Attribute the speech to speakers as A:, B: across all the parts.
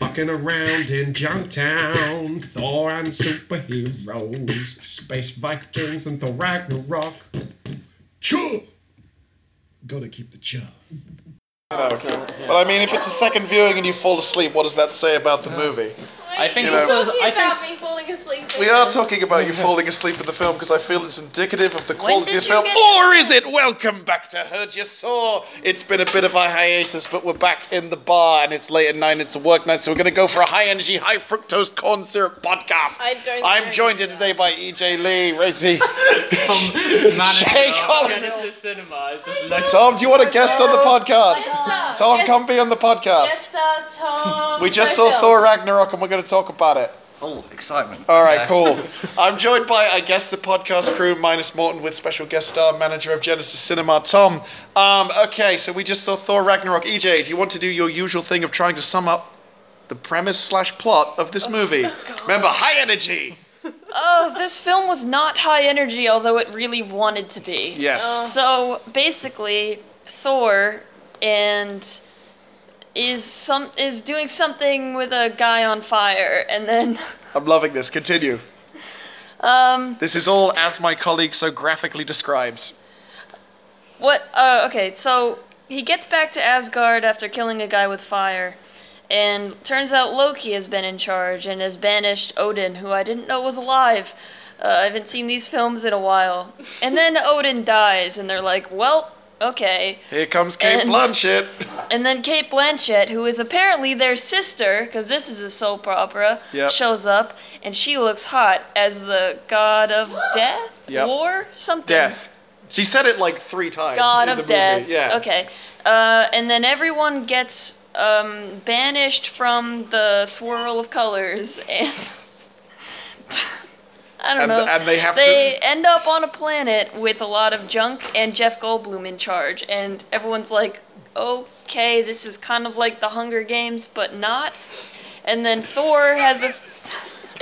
A: Walking around in Junktown, Thor and superheroes, space Vikings and Thor Ragnarok. Chur! Gotta keep the chur.
B: But I mean, if it's a second viewing and you fall asleep, what does that say about the movie?
C: I think
B: You know-
C: this is. I
D: about me
C: think
D: falling asleep.
B: We are talking about you falling asleep in the film because I feel it's indicative of the quality
D: did
B: of the film.
D: you get-
B: Or is it? Welcome back to Heard You Saw. It's been a bit of a hiatus, but we're back in the bar and it's late at night and it's a work night, so we're going to go for a high energy, high fructose corn syrup podcast.
D: I don't think I
B: I'm joined
D: can
B: here
D: do
B: today by EJ Lee, Racy.
C: manager
B: Shake
C: of
B: off.
C: Genesis Cinema just looked-
B: Tom, do you want a guest on the
D: God.
B: podcast? Tom,
D: Yes.
B: come be on the
D: Yes,
B: podcast.
D: sir, Tom.
B: We just
D: No
B: saw
D: film.
B: Thor Ragnarok and we're going to talk about it.
E: Oh, excitement.
B: All right,
E: Yeah.
B: cool. I'm joined by, I guess, the podcast crew minus Morton with special guest star manager of Genesis Cinema, Tom. Um, okay, so we just saw Thor Ragnarok. EJ, do you want to do your usual thing of trying to sum up the premise slash plot of this movie? Remember, high energy.
F: Oh, this film was not high energy, although it really wanted to be.
B: Yes.
D: Oh.
F: So basically, Thor and is some is doing something with a guy on fire, and then
B: I'm loving this. Continue.
F: um
B: This is all as my colleague so graphically describes.
F: what? Uh, okay, so he gets back to Asgard after killing a guy with fire. And turns out Loki has been in charge and has banished Odin, who I didn't know was alive. Uh, I haven't seen these films in a while. And then Odin dies, and they're like, well, okay.
B: Here comes Kate
F: And-
B: Blanchett.
F: And then Kate Blanchett, who is apparently their sister, because this is a soap opera,
B: Yep.
F: shows up and she looks hot as the god of death,
B: Yep.
F: war, something.
B: Death. She said it like three times.
F: God
B: in
F: of
B: the movie.
F: death.
B: Yeah.
F: Okay. Uh, and then everyone gets um, banished from the swirl of colors and. I don't
B: And-
F: know.
B: and they have
F: They
B: to-
F: end up on a planet with a lot of junk and Jeff Goldblum in charge, and everyone's like, "Okay, this is kind of like the Hunger Games, but not." And then Thor has a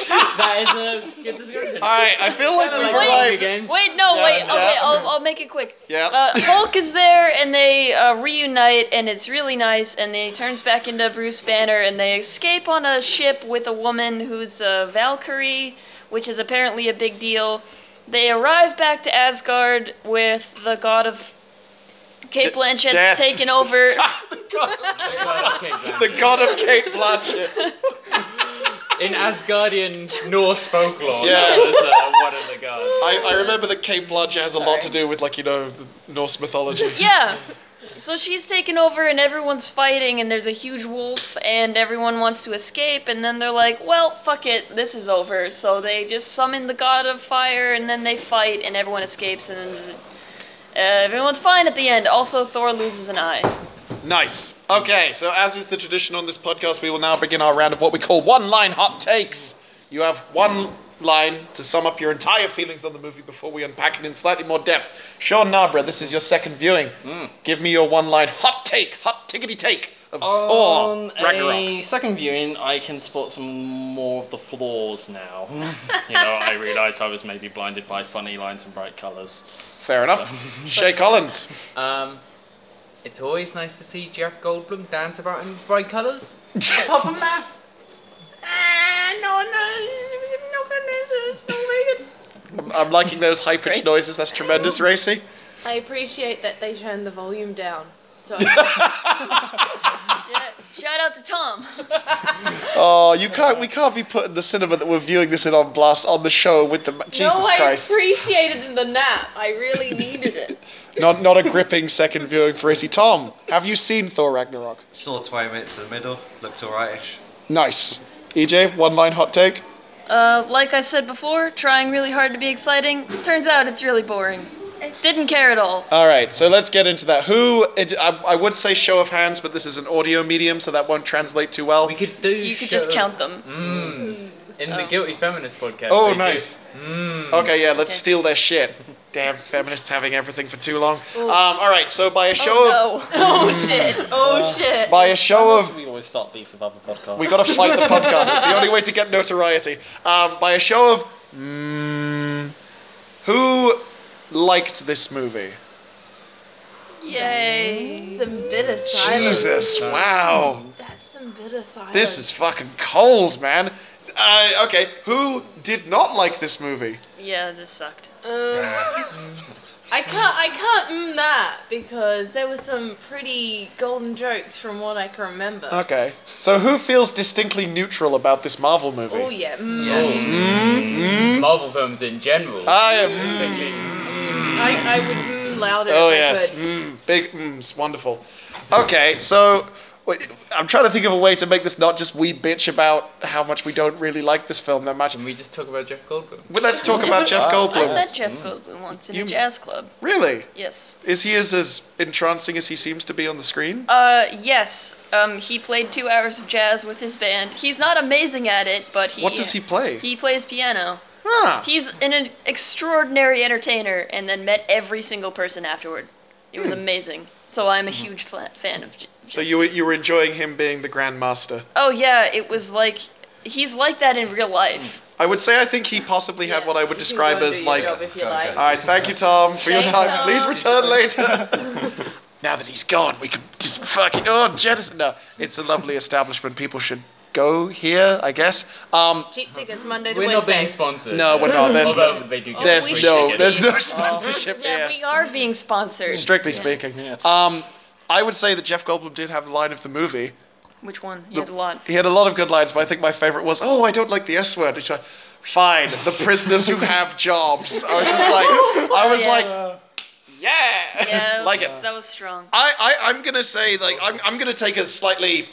C: that is a good description.
B: All right, I feel like
C: Kinda
B: we've
F: like
C: Hunger
B: arrived.
C: Games.
F: Wait, no,
B: Yeah,
F: wait.
B: yeah.
F: Okay, I'll, I'll make it quick.
B: Yeah.
F: Uh, Hulk is there, and they uh, reunite, and it's really nice. And then he turns back into Bruce Banner, and they escape on a ship with a woman who's a Valkyrie, which is apparently a big deal. They arrive back to Asgard with the god of. Kate
B: D-
F: Blanchett's
B: death.
F: taken over.
C: Well, okay, Blanchett.
B: The god of Kate Blanchett.
C: In Asgardian Norse folklore,
B: Yeah.
C: that was uh, one of the gods.
B: I, I remember that Kate Blanchett has a lot to do with, like, you know, the Norse mythology.
F: yeah. So she's taken over and everyone's fighting and there's a huge wolf and everyone wants to escape and then they're like, well, fuck it, this is over. So they just summon the god of fire and then they fight and everyone escapes and then there's a- uh, everyone's fine at the end. Also, Thor loses an eye.
B: Nice. Okay, so as is the tradition on this podcast, we will now begin our round of what we call one line hot takes. You have one line to sum up your entire feelings on the movie before we unpack it in slightly more depth. Sean Nabra, this is your second viewing.
C: Hmm.
B: Give me your one line hot take, hot tickety take of
C: On
B: Thor Oh, Ragnarok.
C: a second viewing, I can spot some more of the flaws now. you know, I realised I was maybe blinded by funny lines and bright colours.
B: Fair enough. Shay Collins.
G: Um, it's always nice to see Jeff Goldblum dance about in bright colours. Apart from that, ah, no, no, no, no, no, no,
B: I'm, I'm liking those high pitched noises. That's tremendous, Racy.
D: I appreciate that they turned the volume down. So I
F: Yeah, shout out to Tom.
B: Oh, you can't. We can't be put in the cinema that we're viewing this in on blast on the show with the Jesus
D: no, I
B: Christ.
D: appreciated the nap. I really needed it.
B: Not not a gripping second viewing for Issy. Tom, have you seen Thor Ragnarok?
E: Saw 20 minutes in the middle, looked alrightish.
B: Nice. EJ, one line hot take.
F: Uh, like I said before, trying really hard to be exciting. Turns out it's really boring. Didn't care at all.
B: All right, so let's get into that. Who? It, I, I would say show of hands, but this is an audio medium, so that won't translate too well.
G: We could do.
F: You could
G: show-
F: just
G: Mm.
F: count them.
C: Mm.
G: Mms. In
F: Oh.
G: the Guilty Feminist podcast.
B: Oh,
G: they do
B: nice.
G: Mmm.
B: Okay, yeah, let's
F: Okay.
B: steal their shit. Damn feminists having everything for too long. Um, all right, so by a show of
F: Oh, no.
D: Oh shit! Oh shit!
B: by a show of
C: we always start beef with other podcasts.
B: We gotta fight the podcast. It's the only way to get notoriety. Um, by a show of. Mm, who liked this movie?
F: Yay.
D: Some bitter silence.
B: Jesus, wow.
D: That's some bitter What a silence.
B: This is fucking cold, man. Uh, okay, who did not like this movie?
F: Yeah, this sucked.
D: Um, I can't. I can't mm that because there were some pretty golden jokes from what I can remember.
B: Okay, so who feels distinctly neutral about this Marvel movie?
D: Oh yeah. Mm.
G: Yes.
B: Mm, Ah. mm.
G: Marvel films in general. Mm.
B: I am.
F: Mm.
G: Distinctly.
D: I, I would mm louder.
B: Oh
D: if I
B: yes,
D: could.
B: mm, big, mm, it's wonderful. Okay, so wait, I'm trying to think of a way to make this not just we bitch about how much we don't really like this film that much.
G: And we just talk about Jeff Goldblum.
B: Well, let's talk about Jeff
C: Wow.
F: I
B: Goldblum.
F: met Jeff Goldblum once in
B: Mm. You-
F: a jazz club.
B: Really?
F: Yes.
B: Is he as, as entrancing as he seems to be on the screen?
F: Uh, yes. Um, he played two hours of jazz with his band. He's not amazing at it, but he.
B: What does he play?
F: Oh, He plays piano.
B: ah,
F: He's an, an extraordinary entertainer, and then met every single person afterward. It
B: Hmm.
F: was amazing. So I'm a huge fla- fan of. J-
B: so you were, you were enjoying him being the Grand Master.
F: Oh yeah, it was like he's like that in real life.
B: I would say I think he possibly had
D: Yeah,
B: what I
D: you
B: would
D: can
B: describe
D: go and
B: as
D: do your
B: like Uh,
D: job if you like.
B: All right, thank you, Tom, for your
D: Thanks,
B: time.
D: Tom.
B: Please return later. now that he's gone, we can just fucking oh jettison. No, it's a lovely establishment. People should go here, I guess. Um,
D: Cheap tickets Monday to
G: We're not being
D: Wednesday.
G: sponsored.
B: no, we're not. There's
G: Although
B: no,
G: they do get
B: there's
F: we
G: free
B: no,
F: should
B: there's
F: be. Oh.
B: no sponsorship here.
F: Yeah, we are being sponsored.
B: Strictly speaking,
C: Yeah.
B: um, I would say that Jeff Goldblum did have the line of the movie.
F: Which one? You
B: The-
F: had a lot.
B: He had a lot of good lines, but I think my favorite was, "Oh, I don't like the S word." It's like, Fine, the prisoners who have jobs. I was just like, I was
F: Oh, Yeah.
B: like, yeah,
F: Yeah, that was-
B: like it.
F: That was strong.
B: I, I, I'm going to say, like, I'm, I'm going to take a slightly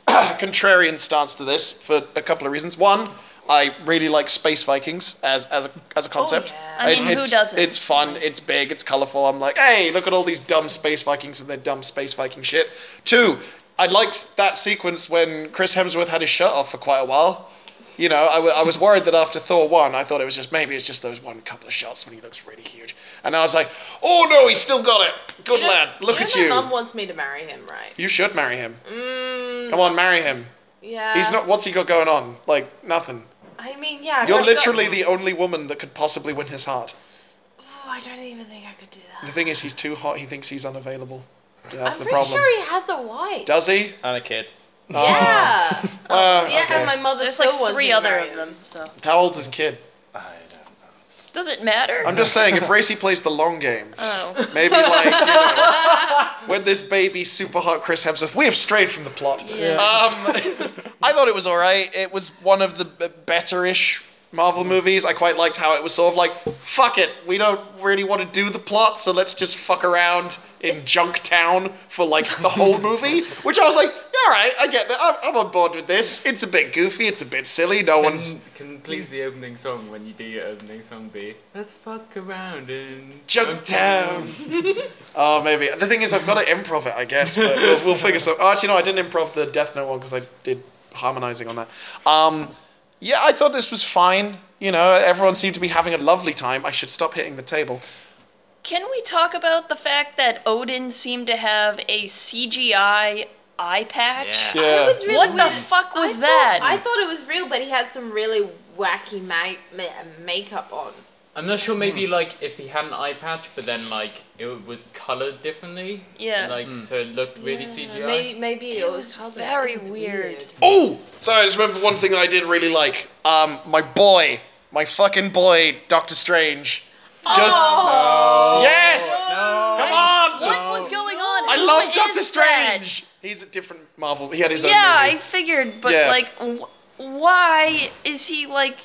B: contrarian stance to this for a couple of reasons. One, I really like Space Vikings as, as, a, as a concept.
D: yeah.
F: Oh, I mean,
B: It's-
F: who
B: it's-
F: doesn't?
B: It's fun, it's big, it's colorful. I'm like, hey, look at all these dumb Space Vikings and their dumb Space Viking shit. Two, I liked that sequence when Chris Hemsworth had his shirt off for quite a while. You know, I, w- I was worried that after Thor 1, I thought it was just maybe it's just those one couple of shots when he looks really huge. And I was like, oh no, he's still got it. Good
D: You know-
B: lad, look
D: you know
B: at
D: my
B: you.
D: mum wants me to marry him, right?
B: You should marry him.
D: Mm,
B: Come on, marry him.
D: Yeah.
B: He's not. What's he got going on? Like nothing.
D: I mean, yeah.
B: You're
D: I've got-
B: literally the only woman that could possibly win his heart.
D: Oh, I don't even think I could do that.
B: The thing is, he's too hot. He thinks he's unavailable. Yeah, that's the
D: I'm pretty
B: problem.
D: sure he has a wife.
B: Does he?
C: And a kid.
B: Oh.
D: Yeah.
B: Uh,
D: yeah,
B: okay.
D: and my mother
F: There's
D: still
F: like
D: wants me
F: three
D: to
F: other
D: marry
F: of
D: him.
F: them. So
B: How old's his kid?
E: I don't
F: does it matter?
B: I'm just saying, if Racy plays the long game,
F: Oh.
B: maybe like you know, when this baby super hot Chris Hemsworth, we have strayed from the plot.
F: Yeah.
B: Um, I thought it was all right. It was one of the b- better-ish Marvel movies. I quite liked how it was sort of like, fuck it, we don't really want to do the plot, so let's just fuck around in Junk Town for like the whole movie. Which I was like, all right, I get that. I'm, I'm on board with this. It's a bit goofy. It's a bit silly. No one's
G: Can, can please the opening song when you do your opening song be Let's fuck around in
B: Junk Town. Oh, maybe. The thing is, I've got to improv it, I guess, but we'll, we'll figure some. Actually, no, I didn't improv the Death Note one because I did harmonizing on that. Um, yeah, I thought this was fine. You know, everyone seemed to be having a lovely time. I should stop hitting the table.
F: Can we talk about the fact that Odin seemed to have a CGI eye patch?
G: Yeah.
D: It was really
F: What the
D: weird.
F: fuck was
D: I thought-
F: that?
D: I thought it was real, but he had some really wacky ma- ma- makeup on.
G: I'm not sure. Maybe
B: Hmm.
G: like if he had an eye patch, but then like it was colored differently.
F: Yeah.
G: Like
C: Mm.
G: so it looked really
D: Yeah,
G: CGI.
D: Maybe, maybe it,
F: Mm-hmm. It
D: was
F: was
D: colored.
F: very
D: It was
F: weird.
B: Oh, sorry, I just remember one thing that I did really like. Um, my boy, my fucking boy, Doctor Strange. Just
D: Oh.
B: yes,
G: No.
B: come on.
F: What was going on?
B: I
F: Who
B: love
F: is
B: Doctor
F: that?
B: Strange. He's a different Marvel. He had his
F: Yeah,
B: own movie.
F: I figured, but
B: Yeah.
F: like, wh- why is he like?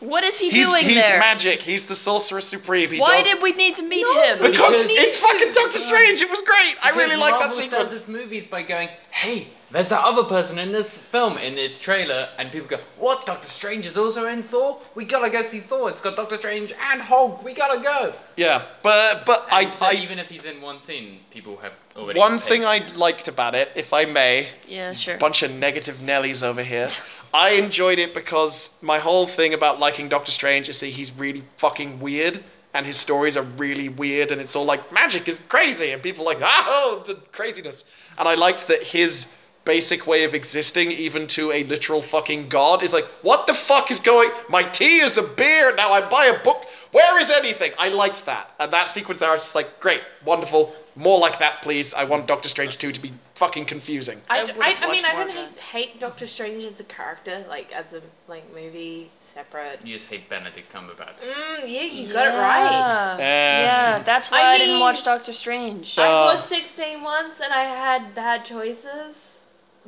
F: What is he
B: he's,
F: doing
B: he's
F: there?
B: magic. He's the sorcerer supreme. He
F: why
B: does-
F: did we need to meet
D: No,
F: him?
D: but-
B: Because
G: Because-
B: it's fucking Doctor Strange. It was great. I really like that sequence.
G: This movies by going, hey, there's that other person in this film in its trailer, and people go, what? Doctor Strange is also in Thor. We gotta go see Thor. It's got Doctor Strange and Hulk. We gotta go.
B: Yeah, but but I,
G: And so
B: I
G: even if he's in one scene, people have already.
B: one
G: paid.
B: thing I liked about it, if I may,
F: yeah, sure.
B: bunch of negative Nellies over here. I enjoyed it because my whole thing about liking Doctor Strange is that he's really fucking weird. And his stories are really weird, and it's all like magic is crazy, and people are like, oh, the craziness. And I liked that his basic way of existing, even to a literal fucking god, is like, what the fuck is going? My tea is a beer, now I buy a book. Where is anything? I liked that. And that sequence there, I was just like, great, wonderful, More like that, please. I want Doctor Strange 2 to be fucking confusing.
D: I,
F: I
D: I,
F: would've
D: I, mean,
F: watched
D: I
F: more of
D: don't hate, hate Doctor Strange as a character, like as a like movie separate.
G: You just hate Benedict Cumberbatch.
D: Mm, yeah, you got it right.
F: Yeah,
B: Yeah.
F: Yeah, that's why I,
D: I
F: didn't
D: mean-
F: watch Doctor Strange.
B: Uh,
D: I was 16 once, and I had bad choices,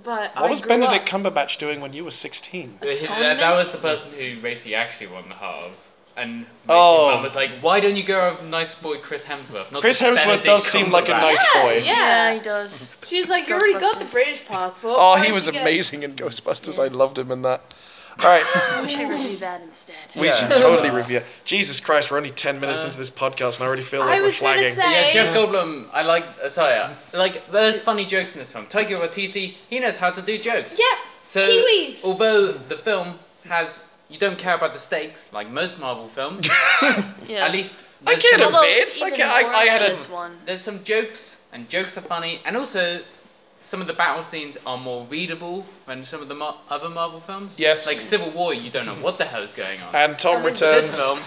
D: but
B: What
D: I
B: was
D: grew
B: Benedict
D: up.
B: Cumberbatch doing when you were 16?
G: That, that was the person who basically actually won the half. And
B: Oh.
G: oh. mom was like, why don't you go with nice boy Chris Hemsworth? Not
B: Chris
G: this
B: Hemsworth
G: Benedict
B: does seem like a
G: Cumberbatch."
B: nice
D: Yeah,
B: boy.
D: yeah.
F: yeah, he does.
D: She's like, you already got the
F: Ghostbusters.
D: British passport.
B: Oh,
D: why
B: he
D: don't
B: was
D: you get-"
B: amazing in Ghostbusters. I loved him in that. All right.
F: We should review that instead.
B: We
E: Yeah.
B: should totally review. Jesus Christ, we're only 10 minutes
G: Uh,
B: into this podcast and I already feel
D: I
B: like we're
D: was gonna
B: flagging.
D: say-
G: Yeah,
D: Hey.
G: Jeff Goldblum, I like, uh, sorry, uh, like, there's funny jokes in this film. Taika Waititi, he knows how to do jokes.
D: Yeah,
G: So,
D: Kiwis.
G: although the film has, you don't care about the stakes, like most Marvel films,
F: Yeah.
G: at least
B: I
G: there's
B: get
G: some-
B: it,
F: Although,
B: bits. I,
F: even
B: get, I,
F: more
B: I had
F: for
B: a.
F: this one.
G: There's some jokes, and jokes are funny, and also some of the battle scenes are more readable than some of the mar- other Marvel films.
B: Yes.
G: Like Civil War, you don't know what the hell's going on.
B: And Tom
G: this
B: returns.
G: film,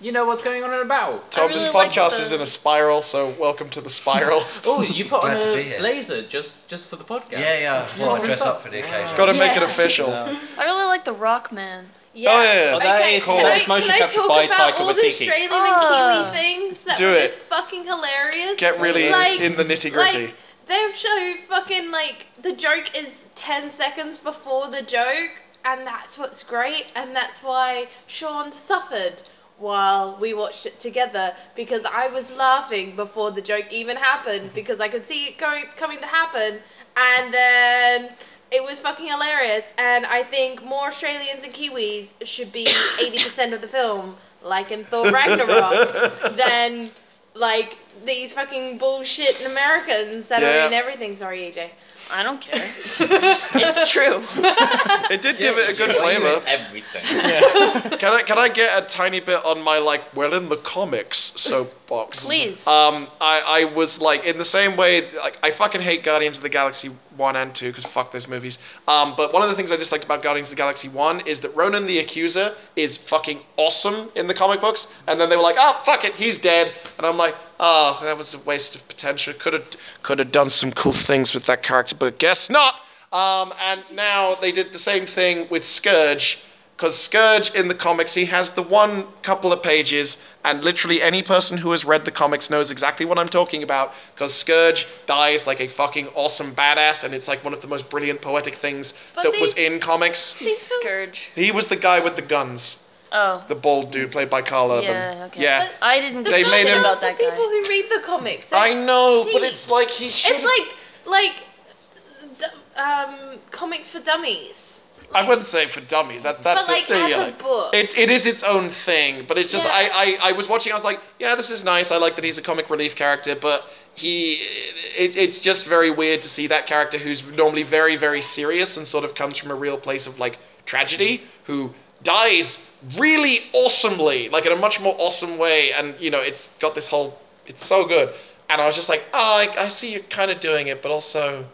G: you know what's going on in a battle.
B: Tom,
F: I
B: this
F: really like
B: podcast
F: the-
B: is in a spiral, so welcome to the spiral.
G: Oh, you put on
E: Glad to be
G: a
E: here.
G: blazer just just for the podcast.
E: Yeah, yeah. I thought I'd dress up for the occasion.
B: Gotta make it
F: Yes.
B: official.
F: I really like the Rock Man.
D: Yeah.
B: Oh, yeah, yeah.
C: Oh, that
D: okay,
C: is-
D: can,
C: that
D: I,
C: is motion
D: can I
C: captured
D: talk
C: by
D: about
C: Taika
D: all the
C: Waititi.
D: Australian
F: Ah.
D: and Kiwi things? That
B: Do
D: was
B: it.
D: just fucking hilarious.
B: Get really
D: Like-
B: in the nitty gritty.
D: Like, they've shown fucking like the joke is ten seconds before the joke, and that's what's great, and that's why Sean suffered while we watched it together because I was laughing before the joke even happened because I could see it going coming to happen, and then. It was fucking hilarious, and I think more Australians and Kiwis should be 80% of the film, like in Thor Ragnarok, than like these fucking bullshit Americans that
B: Yeah.
D: are in everything. Sorry, AJ.
F: I don't care. it's true.
B: it did
G: Yeah,
B: give it a
G: you
B: good
G: do. You
B: flavor.
G: do Everything.
B: Can I can I get a tiny bit on my like well in the comics soapbox?
F: Please.
B: Um, I I was like in the same way like I fucking hate Guardians of the Galaxy one and two because fuck those movies. Um, but one of the things I disliked about Guardians of the Galaxy one is that Ronan the Accuser is fucking awesome in the comic books, and then they were like, oh fuck it, he's dead, and I'm like, oh that was a waste of potential. Could have could have done some cool things with that character, but guess not. Um, and now they did the same thing with Scourge. Because Scourge in the comics, he has the one couple of pages, and literally any person who has read the comics knows exactly what I'm talking about. Because Scourge dies like a fucking awesome badass, and it's like one of the most brilliant poetic things
D: But
B: that
D: they-
B: was in comics.
F: Scourge.
B: He was the guy with the guns,
F: Oh.
B: the bald dude played by Carl Urban.
F: Yeah, okay.
B: Yeah.
D: But-
F: I didn't
D: The
F: give a
B: made
F: shit
B: him-
D: film
F: about
D: for
F: that
D: people
F: guy.
D: who read the comics.
B: I know, but
D: Jeez.
B: it's like he should.
D: It's like like d- um comics for dummies.
B: I wouldn't say for dummies. That's that's
D: But,
B: it.
D: like,
B: There
D: as
B: you
D: a
B: go.
D: book.
B: It's it is its own thing, but it's just
D: Yeah.
B: I, I I was watching. I was like, yeah, this is nice. I like that he's a comic relief character, but he it, it's just very weird to see that character who's normally very very serious and sort of comes from a real place of like tragedy who dies really awesomely, like in a much more awesome way, and you know it's got this whole it's so good, and I was just like, oh, I, I see you're kind of doing it, but also.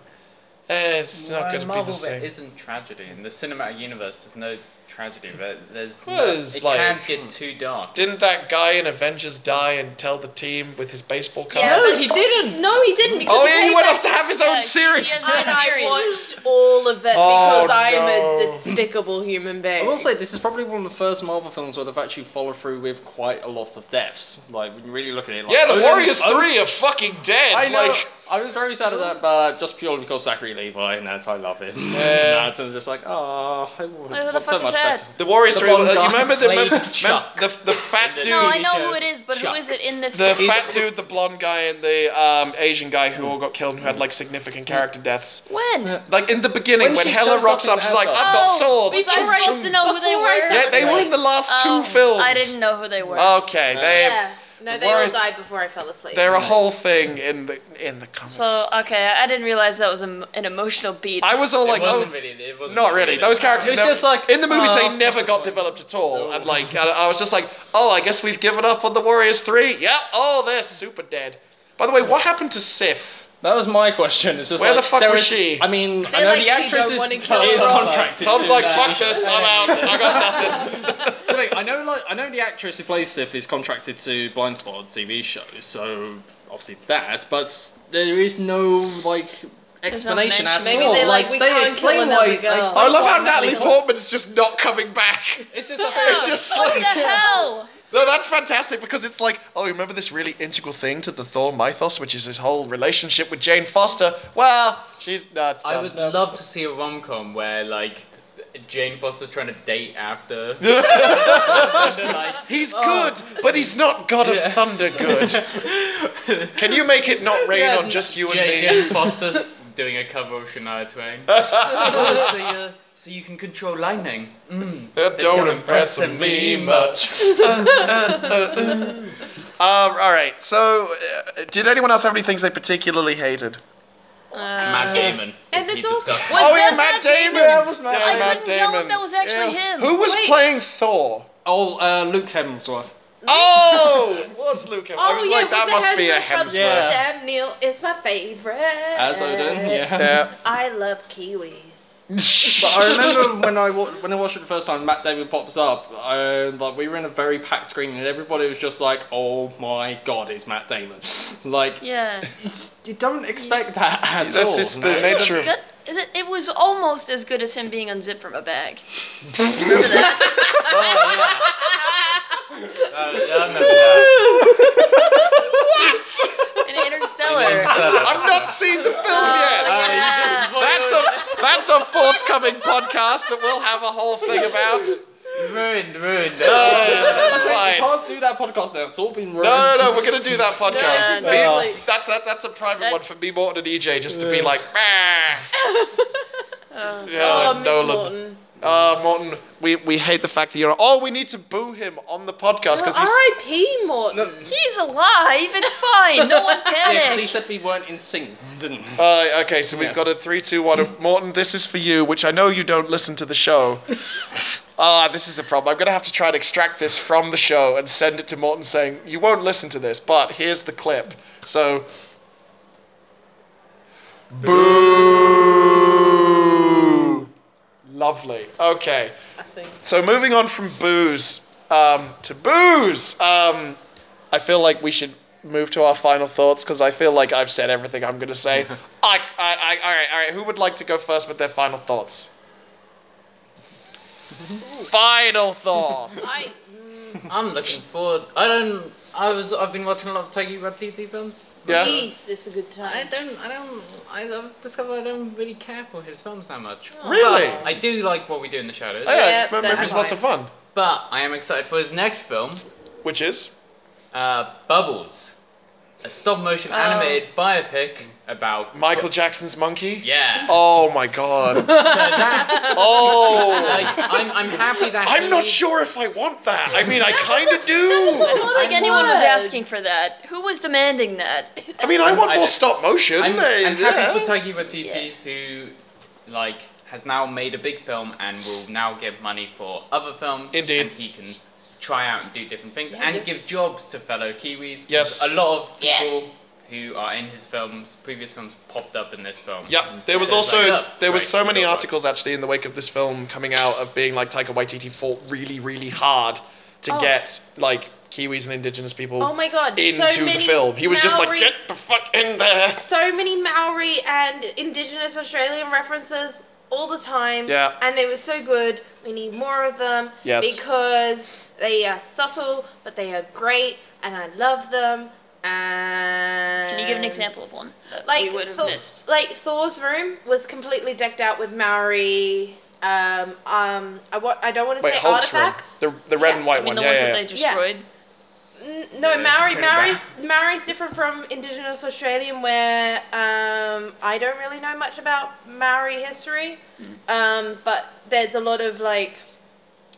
B: Eh, it's not
G: Well,
B: going to be
G: Marvel
B: the same.
G: There isn't tragedy in the cinematic universe. There's no tragedy. There, there's
B: Well,
G: no-
B: it's
G: it
B: like-
G: can't get too dark.
B: Didn't that guy in Avengers die and tell the team with his baseball card?
D: Yeah,
G: No, he didn't.
D: No, he didn't. Because
B: oh yeah, he
D: they-
B: went off to have his own
F: Yeah,
B: series.
F: yes.
D: And I
F: Series.
D: watched all of it
B: Oh,
D: because I'm
B: no.
D: a despicable human
C: I
D: being.
C: will say this is probably one of the first Marvel films where they've actually followed through with quite a lot of deaths. Like when you really look at it, like,
B: Yeah, the
C: Odin-
B: Warriors
C: Odin-
B: Three are fucking dead.
C: I know.
B: Like,
C: I was very sad at that, but just purely because Zachary Levi, and that's I love him.
B: Yeah.
C: Yeah. and it's just like, oh, I want,
F: Who the
C: want so
F: fuck is
C: much
F: that?
C: better.
B: the Warriors
C: The
B: Three.
C: one
B: uh, you
C: guy
B: remember the,
C: played
B: remember-
C: Chuck.
B: the the fat
G: No,
B: dude,
F: No, I know
C: show
F: who it is, but
C: Chuck.
F: who is it in this
B: the
F: film?
B: fat dude, the blonde guy, and the um, Asian guy who all got killed and who had like significant character deaths.
F: When?
B: Like in the beginning,
C: When
B: when,
C: she
B: Hela
C: shows up
B: rocks
C: in
B: up, she's like,
C: Avatar.
B: "I've got
F: Oh,
B: swords."
F: we
B: Chum,
F: were supposed
B: chum.
F: to know who they
D: Before I
F: were.
D: got
B: Yeah, they were in the last
F: Oh,
B: two films. Uh,
F: I didn't know who they were.
B: Okay, they
D: yeah. No, they
B: Warriors-
D: all died before I fell asleep.
B: they're a whole thing in the in the comics.
F: So okay, I I didn't realize that was a m an emotional beat.
B: I was all
G: It
B: like,
G: wasn't
B: "Oh."
G: really. It wasn't
B: Not really. Those characters
C: It's
B: never,
C: just like,
B: in the movies
C: oh,
B: they never
C: that's
B: got
C: fine.
B: developed at all. And like I, I was just like, oh, I guess we've given up on the Warriors three. Yep. Oh, they're super dead. By the way, what happened to Sif?
C: That was my question. It's just
B: Where
C: like,
B: the fuck
C: there
B: was
C: is-
B: she?
C: I mean, I
D: They're
C: know
D: like,
C: the
D: "We
C: actress
D: don't
C: is,
D: wanna kill
C: is
D: her."
C: contracted.
B: Tom's
C: to
B: like,
C: that.
B: fuck this, I'm out. I got nothing.
C: So, like, I know, like, I know the actress who plays Sif is contracted to Blind Spot TV show, so obviously that, but s- there is no like
F: no
C: explanation at all.
F: mention.
D: Maybe they're like, we can't kill
C: explain why.
D: another
C: they
D: girl.
C: explain
B: I love how
C: why
B: Natalie
C: Natalie-
B: Portman's just not coming back.
C: It's just a
B: It's just
F: What
B: like
F: the hell?
B: No, that's fantastic because it's like, oh, remember this really integral thing to the Thor mythos, which is his whole relationship with Jane Foster? Well, she's no, it's
G: I
B: done.
G: would love to see a rom com where like Jane Foster's trying to date after. And they're like,
B: he's
G: "Oh."
B: good, but he's not God
G: Yeah.
B: of Thunder good. Can you make it not rain
G: Yeah,
B: on just you and
G: Jane,
B: me?
G: Jane Foster's doing a cover of Shania Twain. Oh, so, you, so you can control lightning. Mm.
B: That don't impress me much. Um, all right. So, uh, did anyone else have any things they particularly hated?
D: Uh,
G: Matt Damon. Uh,
D: And
G: Is he
D: it's also-
G: disgusting?
F: Was
B: oh yeah,
F: that
B: Matt Damon.
F: Damon?
B: was
F: I couldn't tell if that was actually him.
B: Who was
D: Wait.
B: playing Thor?
C: Oh, uh, Luke Hemsworth.
B: Oh, it was Luke. Hemsworth.
D: Oh,
B: I was
D: yeah,
B: like, that
D: with the
B: must be a
D: Hemsworth
B: Hemsworth.
D: from
C: Yeah.
D: Sam Neill is my favorite.
C: As Odin, yeah.
B: Yeah.
D: I love kiwis.
C: But I remember when I wa- when I watched it the first time, Matt Damon pops up. I, like we were in a very packed screen, and everybody was just like, "Oh my God, it's Matt Damon!" Like
F: Yeah.
C: you don't expect that at
B: That's
C: all.
B: just the
C: no.
F: It was
B: Nature of-
F: good. Is it, it was almost as good as him being unzipped from a bag.
G: Oh, yeah, I remember that.
B: what?
F: In Interstellar.
B: I've not seen the film
F: Uh,
B: yet.
G: Oh, you
F: Yeah.
G: just-
B: That's a that's a forthcoming podcast that we'll have a whole thing about.
G: ruined, ruined.
B: No, that's
C: You
B: fine.
C: can't do that podcast now. It's all been ruined.
B: No, no, no. We're gonna do that podcast.
F: No,
B: Me-
C: no.
B: that's that, that's a private
F: That-
B: one for me, Morton, and EJ, just to be like, bah.
F: Oh.
B: yeah,
D: oh,
B: like
D: Miss
B: Nolan.
D: Morton.
B: Uh, Morton, we we hate the fact that you're. Oh, we need to boo him on the podcast because he's.
D: R.I.P. Morton.
F: He's alive. It's fine. No one
C: Yeah, 'cause he
F: panic.
C: said we weren't in sync, didn't he?
B: Uh, okay, so we've
C: Yeah.
B: got a three, two, one. Morton, this is for you, which I know you don't listen to the show. Ah, this is a problem. I'm gonna have to try and extract this from the show and send it to Morton, saying you won't listen to this, but here's the clip. So. Boo. Lovely. Okay.
D: I think.
B: So moving on from booze um, to booze, um, I feel like we should move to our final thoughts because I feel like I've said everything I'm going to say. I, I, I, all right, all right. Who would like to go first with their final thoughts? Final thoughts.
D: I,
G: I'm looking forward. I don't. I was. I've been watching a lot of Taiki Watiti films.
B: yeah.
D: Please, it's a good
G: I
D: time.
G: don't. I don't. I, I've discovered I don't really care for his films that much.
B: Really?
G: I do like what we do in the shadows,
B: Oh, yeah,
D: Yeah,
B: yeah movie's
D: that's
B: lots of fun.
G: but I am excited for his next film,
B: Which is?
G: uh, Bubbles, a stop-motion
F: Oh.
G: animated biopic about
B: Michael Jackson's Monkey?
G: Yeah.
B: Oh my god.
G: So that, like,
B: Oh.
G: I'm, I'm happy that.
B: I'm
G: he-
B: not sure if I want that. I mean, I kind of
F: I
B: do.
F: don't think anyone was
D: Why?
F: asking for that. Who was demanding that?
B: I mean, I
G: I'm-
B: want
G: I-
B: more stop motion.
G: I'm,
B: eh,
G: I'm happy
B: yeah.
G: for Taiki Waititi, who, like, has now made a big film and will now give money for other films.
B: Indeed.
G: And he can try out and do different things
D: Yeah,
G: and
D: yeah.
G: give jobs to fellow Kiwis.
B: Yes.
G: A lot of
F: Yes.
G: people who are in his films, previous films, popped up in this film.
B: Yeah, there was
G: It's like,
B: also
G: oh,
B: there was
G: great,
B: so many
G: job,
B: articles actually in the wake of this film coming out of being like Taika Waititi fought really really hard to
D: Oh.
B: get like Kiwis and Indigenous people
D: Oh my god.
B: into
D: so many
B: the film. He was just like
D: Maori-
B: get the fuck in there.
D: So many Maori and Indigenous Australian references all the time.
B: Yeah.
D: And they were so good. We need more of them.
B: Yes.
D: Because they are subtle, but they are great, and I love them. And
F: Can you give an example of one that
D: Like
F: we would have
D: Thor-
F: missed?
D: Like Thor's room was completely decked out with Maori. Um, um, I, wa- I don't want to
B: Wait,
D: say
B: Hulk's room,
D: artifacts.
B: the the red
D: Yeah,
B: and
F: I
B: white
F: mean,
B: one.
F: the
B: Yeah,
F: ones
B: yeah,
F: that they
B: yeah.
F: destroyed.
D: N- No,
G: Yeah,
D: Maori,
G: pretty
D: Maori's, Maori's different from Indigenous Australian, where um, I don't really know much about Maori history, um, but there's a lot of like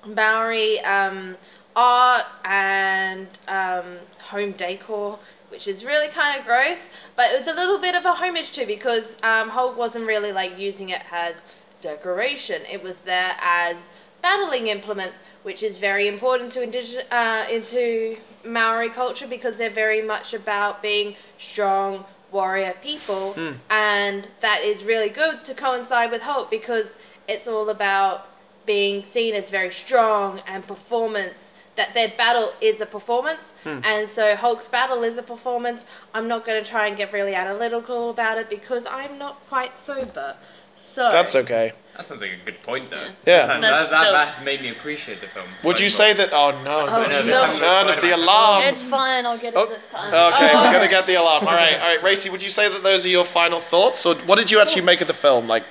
D: Maori um, art and um, home decor, which is really kind of gross, but it was a little bit of a homage to because um, Hulk wasn't really like using it as decoration. It was there as battling implements, which is very important to indige- uh, into Maori culture because they're very much about being strong warrior people,
B: Mm.
D: and that is really good to coincide with Hulk because it's all about being seen as very strong and performance that their battle is a performance,
B: Hmm.
D: and so Hulk's battle is a performance. I'm not going to try and get really analytical about it because I'm not quite sober. So
B: That's okay.
H: That sounds like a good point, though.
B: Yeah.
H: That,
F: That's
H: that, that,
F: dope.
H: that's made me appreciate the film.
B: Would
H: quite
B: you
H: a
B: say
H: lot.
B: that? Oh no!
D: Oh,
B: the
D: no.
B: Turn of the alarm.
F: It's fine. I'll get it
B: Oh,
F: this time.
B: Okay,
D: Oh,
B: we're gonna
D: okay.
B: get the alarm. All right, all right, Racy. Would you say that those are your final thoughts, or what did you
D: Oh.
B: actually make of the film? Like,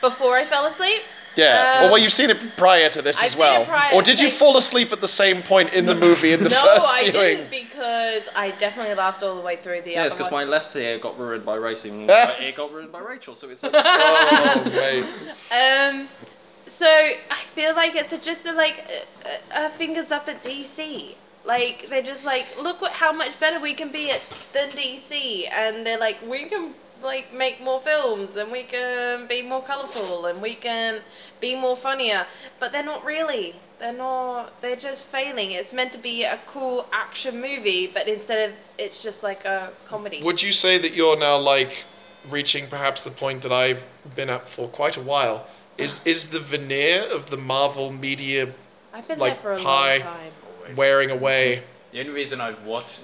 D: before I fell asleep,
B: yeah.
D: Um,
B: well, well, you've seen it prior to this
D: I've
B: as
D: seen
B: well.
D: it prior,
B: or did you
D: like-
B: fall asleep at the same point in the movie in the
D: no,
B: first
D: I
B: viewing?
D: didn't because I definitely laughed all the way through the
G: Yeah, it's
D: other
G: because
D: one.
G: my left ear got ruined by racing, and my right ear got ruined by Rachel, so it's like.
B: Oh wait.
D: Um, so I feel like it's a, just a, like a, a- a fingers up at DC. Like they're just like, look what how much better we can be at than DC, and they're like, we can like make more films, and we can be more colorful, and we can be more funnier. But they're not really. They're not. They're just failing. It's meant to be a cool action movie, but instead of it's just like a comedy.
B: Would you say that you're now like reaching perhaps the point that I've been at for quite a while? Is is the veneer of the Marvel media
D: I've been
B: like
D: there for a
B: pie-
D: long time.
H: Always.
B: wearing away?
H: The only reason I've watched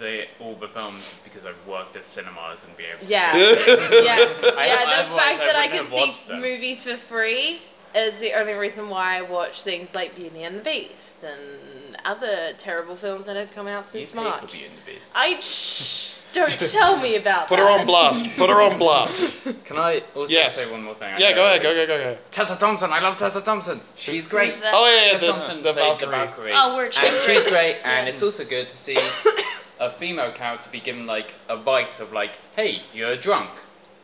H: the all the films is because I've worked at cinemas and been able to
D: Yeah. yeah,
H: I-
D: yeah. The
H: otherwise
D: fact
H: I
D: that I
H: wouldn't
D: can
H: have
D: see
H: watched them.
D: movies for free is the only reason why I watch things like Beauty and the Beast and other terrible films that have come out
H: You
D: since
H: paid for
D: March.
H: Beauty and the Beast.
D: I shh, don't tell me about
B: Put
D: that.
B: her on blast. Put her on blast.
H: Can I also
B: Yes.
H: say one more thing? I
B: Yeah,
H: know
B: go
H: I
B: ahead,
H: really-
B: go, go, go, go.
H: Tessa Thompson, I love Tessa Thompson. She's great.
F: Who's that?
B: Oh yeah, yeah
H: Tessa
B: the,
H: Thompson
B: the
H: played the
B: Valkyrie.
H: Valkyrie.
F: Oh, we're
H: and
F: cheers.
H: she's great, and it's also good to see a female character be given like advice of like, hey, you're drunk.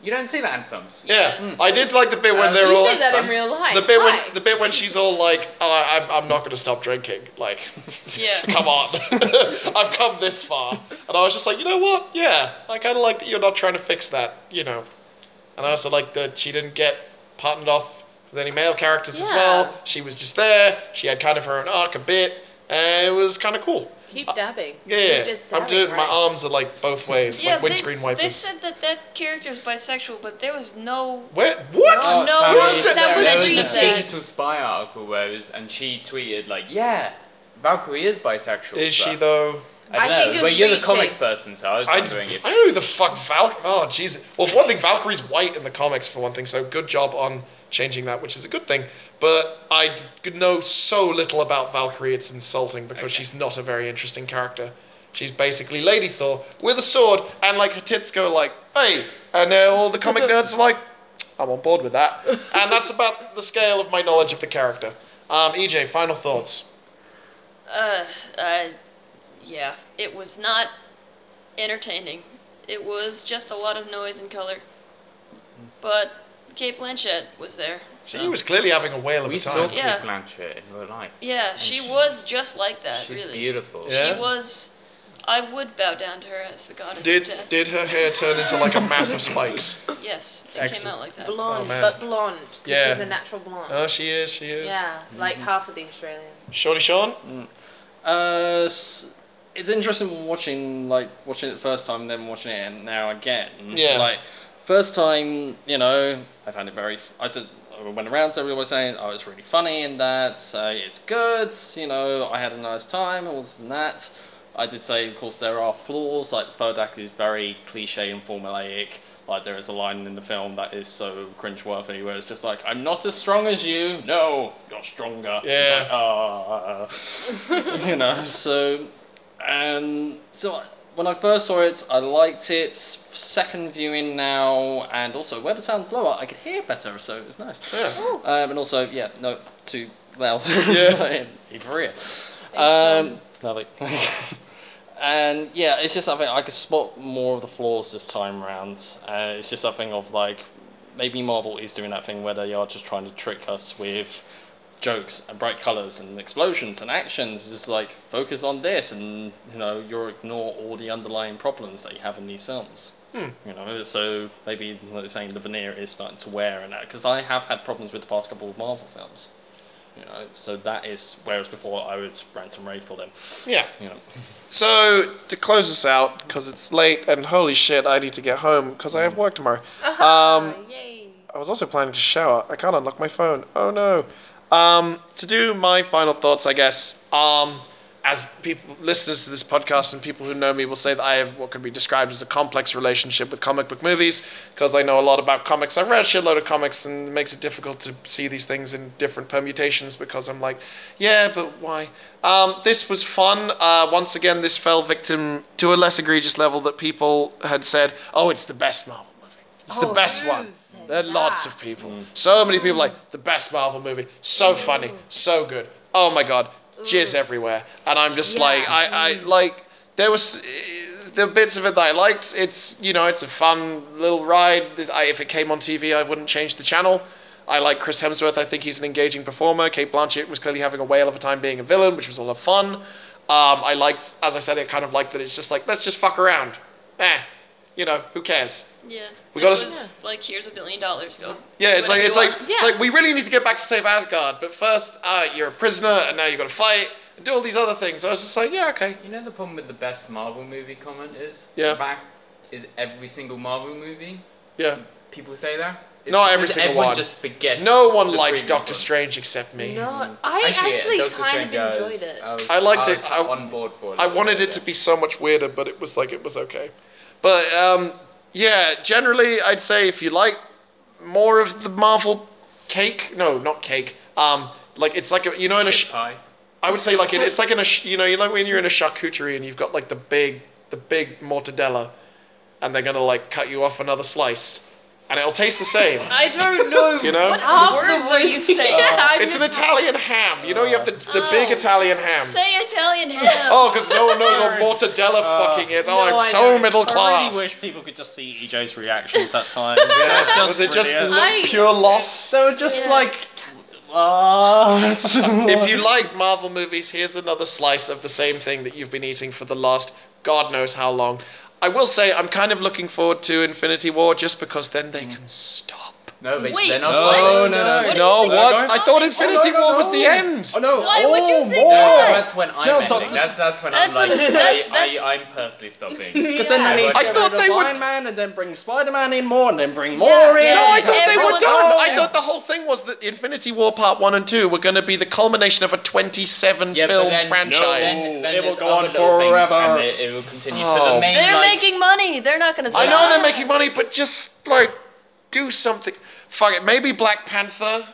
H: You don't see that in films.
B: Yeah,
H: Mm.
B: I did like the bit when
H: Uh,
B: they're
D: You
B: all
D: see that in
H: fun.
D: real life.
B: the bit
D: Hi.
B: when the bit when she's all like, oh, I'm I'm not gonna stop drinking. Like,
F: Yeah.
B: come on, I've come this far, and I was just like, you know what? Yeah, I kind of like that you're not trying to fix that, you know. And I also like that she didn't get partnered off with any male characters as
D: Yeah.
B: well. She was just there. She had kind of her own arc a bit, and it was kind of cool.
D: keep dabbing.
B: uh, Yeah,
D: Keep
B: yeah.
D: just
B: I'm
D: dabbing,
B: doing my
D: right?
B: arms are like both ways,
F: Yeah,
B: like windscreen
F: they,
B: wipers.
F: They said that that character's bisexual, but there was no.
B: Where? What?
F: Oh, no,
H: Sammy,
F: you
B: said
D: that
H: there
D: was
H: was
D: a
H: a
D: tweet.
H: digital spy article where it was, and she tweeted like, yeah, Valkyrie is bisexual.
B: Is she
H: but-
B: though?
H: I
D: I
H: don't
D: think
H: know.
D: it
H: Well,
D: was
H: you're the
D: reaching.
H: comics person, so I was
B: I, I
H: wondering if.
B: don't know who the fuck Valkyrie. Oh, Jesus. Well, for one thing, Valkyrie's white in the comics, for one thing, so good job on changing that, which is a good thing. But I d- know so little about Valkyrie, it's insulting because
H: Okay.
B: she's not a very interesting character. She's basically Lady Thor with a sword, and like her tits go like, hey, and uh, all the comic nerds are like, I'm on board with that. And that's about the scale of my knowledge of the character. Um, EJ, final thoughts.
F: Uh, uh, yeah, it was not entertaining. It was just a lot of noise and color. But Kate Blanchett was there.
B: She
F: so-
B: was clearly having a whale of
H: We
B: a
H: saw
B: time.
H: Kate
F: Yeah.
H: Blanchett in real life.
F: Yeah, she
H: she-
F: was just like that.
H: She's
F: really,
H: beautiful.
B: Yeah.
F: she was. I would bow down to her as the goddess
B: Did
F: of death.
B: did her hair turn into like a massive spikes?
F: yes, it came
B: Excellent.
F: out like that.
D: Blonde,
B: Oh, man.
D: but blonde. 'cause
B: Yeah.
D: She's a natural blonde.
B: Oh, she is. She is.
D: yeah, like
H: Mm-hmm.
D: half of the Australians.
B: Shorty Sean.
G: Uh, s- it's interesting watching like watching it the first time, then watching it and now again.
B: Yeah.
G: Like first time, you know, I found it very. I said I went around to everybody saying, "Oh, it's really funny and that. So it's good. You know, I had a nice time and all this and that." I did say, of course, there are flaws. Like the third act is very cliche and formulaic. Like there is a line in the film that is so cringeworthy, where it's just like, "I'm not as strong as you. No, you're stronger." It's
B: Yeah.
G: like, ah. you know, so and Um, so I- when I first saw it, I liked it. Second viewing now, and also where the sound's lower, I could hear better, so it was nice.
B: Yeah.
G: Um, and also, yeah, no, too loud.
B: Yeah.
G: Even for real. Um, lovely. and yeah, it's just something I could spot more of the flaws this time round. Uh, it's just something of like maybe Marvel is doing that thing where they are just trying to trick us with jokes and bright colors and explosions and actions. Just like focus on this, and you know you'll ignore all the underlying problems that you have in these films.
B: Hmm.
G: You know, so maybe like you're saying the veneer is starting to wear and that because I have had problems with the past couple of Marvel films. You know, so that is whereas before I would rant and rave for them.
B: Yeah.
G: You know,
B: So to close us out, because it's late and holy shit, I need to get home because I have work tomorrow. Um,
D: Oh, Yay.
B: I was also planning to shower. I can't unlock my phone. Oh no. Um, to do my final thoughts, I guess. Um, as people listeners to this podcast and people who know me will say that I have what could be described as a complex relationship with comic book movies because I know a lot about comics. I've read a shitload of comics and it makes it difficult to see these things in different permutations because I'm like, yeah, but why? Um, this was fun. Uh, once again, this fell victim to a less egregious level that people had said, oh, it's the best Marvel movie. It's the
D: Oh,
B: best
D: who
B: one.
D: said
B: There are lots
D: that?
B: of people. So many people like the best Marvel movie. So funny. So good. Oh my god. Jizz everywhere. And I'm just like I, I like there was eh, the bits of it that I liked. It's you know it's a fun little ride. This- I, if it came on TV, I wouldn't change the channel. I like Chris Hemsworth. I think he's an engaging performer. Kate Blanchett was clearly having a whale of a time being a villain, which was a lot of fun. Um, I liked, as I said, I kind of liked that it's just like let's just fuck around. Eh, you know who cares?
F: Yeah.
B: We
F: It
B: gotta
F: was,
B: s-
F: like here's a billion dollars. Go.
B: Yeah, it's like
F: Whatever
B: it's
F: you
B: like
F: want.
B: it's
D: Yeah.
B: like we really need to get back to save Asgard, but first uh, you're a prisoner and now you've got to fight and do all these other things. I was just like, yeah, okay.
G: You know the problem with the best Marvel movie comment is?
B: Yeah.
G: Back is every single Marvel movie.
B: Yeah.
G: People say that. It's
B: Not every
G: because
B: single
G: everyone
B: one.
G: just forgets.
B: No one
G: the
B: likes
G: previous
B: Doctor
G: one.
B: Strange except me.
D: No, I
G: Actually,
D: actually,
G: yeah, Doctor
D: kind
G: Strange, I
D: of
G: was-
D: enjoyed it.
G: was-
B: I liked
G: was
B: it. I-
G: on board for it.
B: I wanted it to be so much weirder, but it was like it was okay. But um, yeah, generally, I'd say if you like more of the Marvel cake, no, not cake. Um, like it's like a, you know in a sh-
G: pie.
B: I would say like it, it's like in a sh- you know you like when you're in a charcuterie and you've got like the big the big mortadella, and they're gonna like cut you off another slice, and it'll taste the same.
D: I don't know.
B: You know?
D: what half
F: words
D: the
F: are you saying?
D: Yeah, I'm
B: It's an
D: just-
B: Italian ham. You know you have the the big
F: Oh.
B: Italian hams.
F: Say Italian ham.
B: Oh, because no one knows what mortadella
G: Uh,
B: fucking is. Oh,
D: No,
B: I'm
D: I
B: so
D: don't.
B: middle
C: I
B: class.
C: really wish people could just
G: E
C: see EJ's reactions at times.
B: Yeah,
C: Just
B: was it just
C: brilliant.
B: lo-
D: I-
B: pure loss?
C: So just
F: Yeah.
C: like,
G: uh,
C: ah.
B: If you like Marvel movies, here's another slice of the same thing that you've been eating for the last God knows how long. I will say I'm kind of looking forward to Infinity War just because then they
G: Mm.
B: can stop.
G: No, they,
F: Wait,
G: they're not
C: No,
F: what?
G: supposed to.
C: no, no.
F: What do you
B: No,
F: think
B: what?
F: about
B: I thought
F: something?
B: Infinity
G: no,
B: War
G: no.
B: was the end.
G: Oh no!
F: Why
G: oh,
F: would you think
G: no,
F: that?
G: That's when I'm
C: No,
G: ending.
C: Doctor-
G: That's, that's when
F: That's
G: I'm
F: what-
G: like,
F: that-
G: I,
F: that's-
G: I, I'm personally stopping.
C: Because then they need to
B: I
C: get
B: thought
C: rid of
B: they would-
C: Iron Man and then bring Spider-Man in more and then bring more in.
F: Yeah.
B: No, I thought they were
F: Everyone's
B: done.
F: all
B: I
F: in.
B: thought the whole thing was that Infinity War Part 1 and 2 were going to be the culmination of a 27
G: Yeah, but
B: film
G: then-
B: franchise.
C: No.
G: Then, then
C: It will
G: there's
C: go on
G: other little things
C: forever.
G: And it, it will continue. So
B: Oh.
G: the main,
F: They're
G: like,
F: making money. They're not gonna.
B: I
F: stop.
B: know they're making money, but just like do something. Fuck it. Maybe Black Panther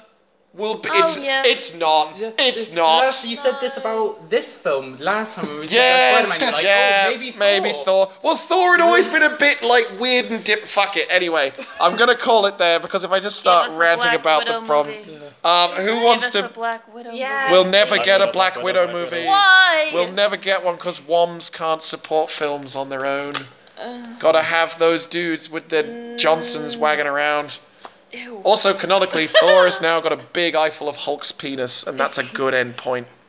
B: will be.
F: Oh,
B: it's
F: yeah.
B: it's not.
G: Yeah,
B: It's not.
G: last- you said this about this film last time when we
B: Yeah,
G: said about Spider-Man. You're like,
B: yeah,
G: oh, maybe Thor.
B: Well, Thor had always been a bit like weird and dip. Fuck it. Anyway, I'm gonna call it there because if I just start
F: Give us a
B: ranting
F: Black
B: about
F: Widow
B: the problem,
F: movie.
B: um, who wants
F: Give us
B: to?
F: a Black Widow.
D: Yeah.
B: We'll never
D: Black
B: get a
C: Widow,
B: Black
C: Black
B: Widow
C: Widow, Black
B: movie.
F: movie. Why?
B: We'll never get one because WOMs can't support films on their own.
F: Uh,
B: Gotta have those dudes with their Johnsons
F: Mm.
B: wagging around.
F: ew.
B: Also, canonically, Thor has now got a big eyeful of Hulk's penis, and that's a good end point.